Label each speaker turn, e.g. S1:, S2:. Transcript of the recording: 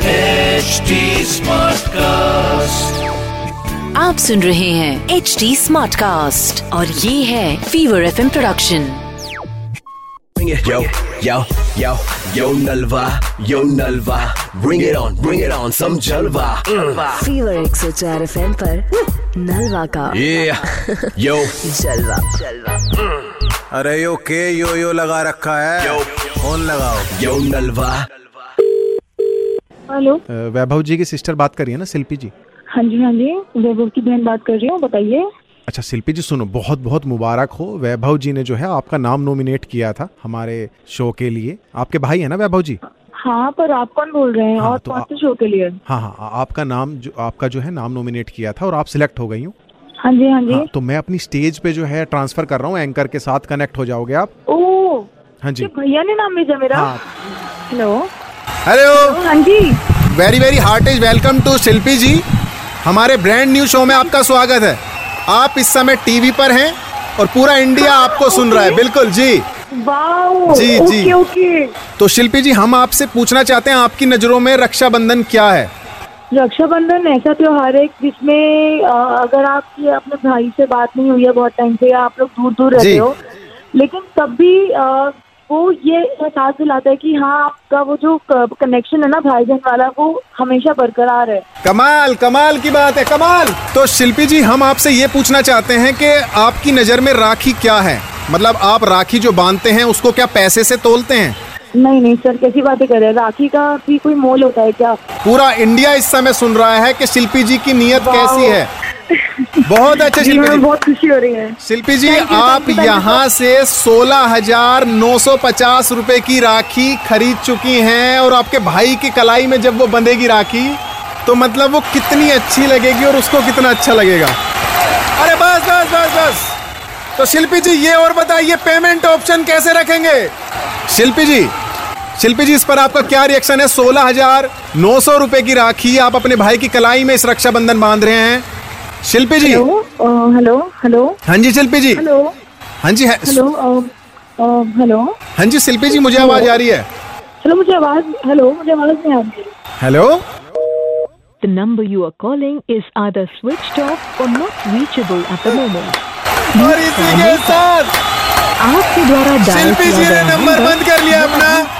S1: HD Smartcast.
S2: आप सुन रहे हैं एच डी स्मार्ट कास्ट और ये है Fever F production
S1: Bring it, yo, yo, yo, yo Nalva, yo Nalva. Bring it on, bring it on, some Jalva. Mm.
S2: Fever एक सौ चार एफ एम नलवा का
S1: Yeah, yo,
S2: जलवा
S3: अरे यो के यो यो लगा रखा है फोन लगाओ
S1: yo Nalva.
S4: Hello
S3: Vaibhav ji की सिस्टर बात करिए ना शिल्पी जी
S4: हाँ जी हाँ जी वैभव की बहन बात कर रही हूँ बताइए
S3: अच्छा शिल्पी जी सुनो बहुत बहुत मुबारक हो वैभव जी ने जो है आपका नाम नॉमिनेट किया था हमारे शो के लिए आपके भाई है ना वैभव जी
S4: हाँ पर आप कौन बोल रहे हैं
S3: हाँ,
S4: और
S3: तो
S4: कौन
S3: आप-
S4: से शो के लिए
S3: हाँ हाँ आ- आपका नाम जो आपका जो है नाम नॉमिनेट किया था और आप सिलेक्ट हो गई हूँ
S4: हाँ जी हाँ जी
S3: हाँ, तो मैं अपनी स्टेज पे जो है ट्रांसफर कर रहा हूँ एंकर के साथ कनेक्ट हो जाओगे आप
S4: ओ
S3: हाँ जी
S4: ये भैया ने नाम भेजा मेरा
S3: हाँ
S4: हेलो
S5: हेलो
S4: ओ, हाँ जी
S5: very very heartiest welcome to Shilpi ji हमारे ब्रांड न्यू शो में आपका स्वागत है आप इस समय टीवी पर हैं और पूरा इंडिया आपको सुन रहा है बिल्कुल जी
S4: वाओ
S5: जी,
S4: ओके
S5: जी।
S4: ओके
S5: तो शिल्पी जी हम आपसे पूछना चाहते हैं आपकी नज़रों में रक्षाबंधन क्या है
S4: रक्षाबंधन ऐसा त्योहार है जिसमें अ, अगर आपकी अपने भाई से बात नहीं हुई है बहुत टाइम से या आप लोग दूर दूर रहते
S5: जी।
S4: हो लेकिन तब भी अ, वो ये एहसास दिलाता है कि हाँ आपका वो जो कनेक्शन है ना भाई बहन वाला वो हमेशा बरकरार है
S5: कमाल कमाल की बात है कमाल तो शिल्पी जी हम आपसे ये पूछना चाहते हैं कि आपकी नज़र में राखी क्या है मतलब आप राखी जो बांधते हैं उसको क्या पैसे से तोलते हैं
S4: नहीं नहीं सर कैसी बातें कर रहे हैं राखी का भी कोई मोल होता है क्या
S5: पूरा इंडिया इस समय सुन रहा है कि शिल्पी जी की नीयत
S4: वाह।
S5: कैसी है बहुत अच्छे
S4: जी
S5: शिल्पी
S4: हमें
S5: जी
S4: बहुत खुशी हो रही है
S5: शिल्पी जी
S4: Thank you,
S5: आप
S4: thank you, thank you,
S5: यहाँ से सोलह हजार नौ सौ पचास रूपए की राखी खरीद चुकी हैं और आपके भाई की कलाई में जब वो बंधेगी राखी तो मतलब वो कितनी अच्छी लगेगी और उसको कितना अच्छा लगेगा अरे बस बस बस बस तो शिल्पी जी ये और बताइए पेमेंट ऑप्शन कैसे रखेंगे शिल्पी जी शिल्पी जी इस पर आपका क्या रिएक्शन है सोलह हजार नौ सौ रूपए की राखी आप अपने भाई की कलाई में इस रक्षाबंधन बांध रहे हैं शिल्पी जी
S4: हेलो अ, हेलो हेलो
S5: हाँ जी शिल्पी जी
S4: हेलो
S5: हाँ जी है-
S4: हेलो अ, अ, हेलो
S5: हाँ जी शिल्पी जी मुझे आवाज आ रही है
S4: हेलो मुझे आवाज हेलो मुझे आवाज नहीं आ रही
S5: hello
S6: The number you are calling is either switched off or not reachable at the moment.
S5: और इसी के साथ
S6: आपके द्वारा डायल
S5: शिल्पी जी
S6: किया
S5: ने
S6: गया
S5: नंबर
S6: number
S5: बंद कर लिया अपना